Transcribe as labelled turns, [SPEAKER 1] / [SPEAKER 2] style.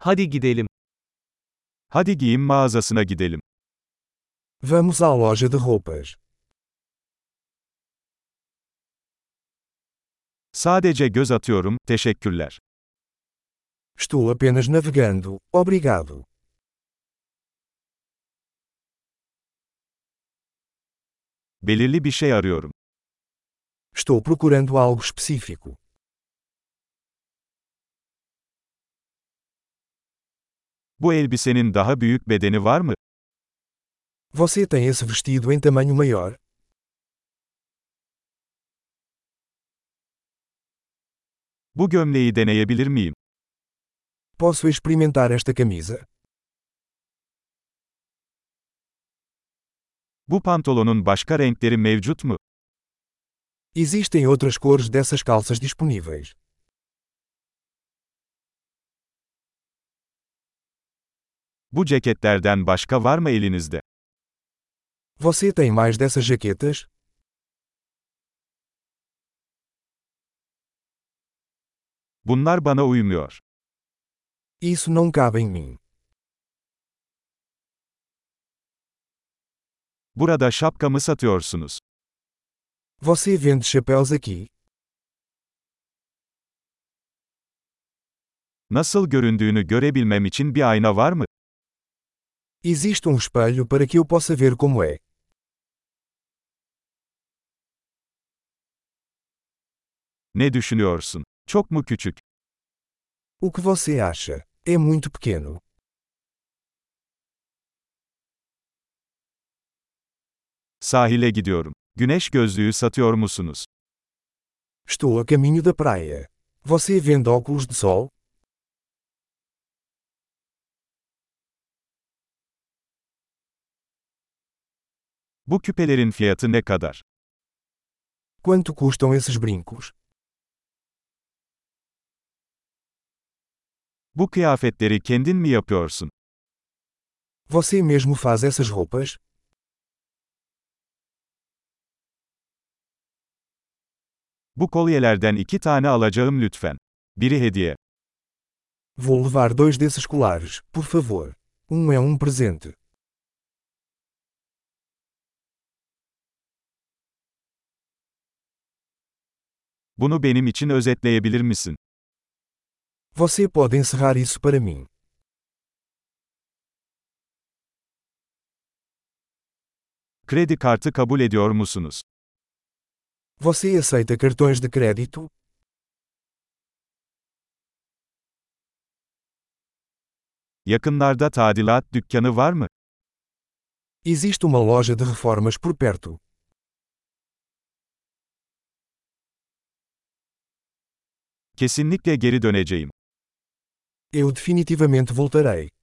[SPEAKER 1] Hadi gidelim.
[SPEAKER 2] Hadi giyim mağazasına gidelim.
[SPEAKER 3] Vamos à loja de roupas.
[SPEAKER 2] Sadece göz atıyorum, teşekkürler.
[SPEAKER 3] Estou apenas navegando, obrigado.
[SPEAKER 2] Belirli bir şey arıyorum.
[SPEAKER 3] Estou procurando algo específico.
[SPEAKER 2] Bu elbisenin daha büyük bedeni var mı?
[SPEAKER 3] Você tem esse vestido em tamanho maior?
[SPEAKER 2] Bu gömleği deneyebilir miyim?
[SPEAKER 3] Posso experimentar esta camisa?
[SPEAKER 2] Bu pantolonun başka renkleri mevcut mu?
[SPEAKER 3] Existem outras cores dessas calças disponíveis.
[SPEAKER 2] Bu ceketlerden başka var mı elinizde?
[SPEAKER 3] Você tem mais dessas jaquetas?
[SPEAKER 2] Bunlar bana uymuyor.
[SPEAKER 3] Isso não cabe em mim.
[SPEAKER 2] Burada şapkamı satıyorsunuz.
[SPEAKER 3] Você vende chapéus aqui?
[SPEAKER 2] Nasıl göründüğünü görebilmem için bir ayna var mı?
[SPEAKER 3] Existe um espelho para que eu possa ver como é.
[SPEAKER 2] Ne düşünüyorsun? Çok mu küçük?
[SPEAKER 3] O que você acha? É muito pequeno.
[SPEAKER 2] Sahile gidiyorum. Güneş gözlüğü satıyor musunuz?
[SPEAKER 3] Estou a caminho da praia. Você vende óculos de sol?
[SPEAKER 2] Bu küpelerin fiyatı ne kadar?
[SPEAKER 3] Quanto custam esses brincos?
[SPEAKER 2] Bu kıyafetleri kendin mi yapıyorsun?
[SPEAKER 3] Você mesmo faz essas roupas?
[SPEAKER 2] Bu kolyelerden iki tane alacağım lütfen. Biri hediye.
[SPEAKER 3] Vou levar dois desses colares, por favor. Um é um presente.
[SPEAKER 2] Bunu benim için özetleyebilir misin?
[SPEAKER 3] Você pode encerrar isso para mim.
[SPEAKER 2] Kredi kartı kabul ediyor musunuz?
[SPEAKER 3] Você aceita cartões de crédito?
[SPEAKER 2] Yakınlarda tadilat dükkanı var mı?
[SPEAKER 3] Existe uma loja de reformas por perto.
[SPEAKER 2] Kesinlikle geri döneceğim.
[SPEAKER 3] Eu definitivamente voltarei.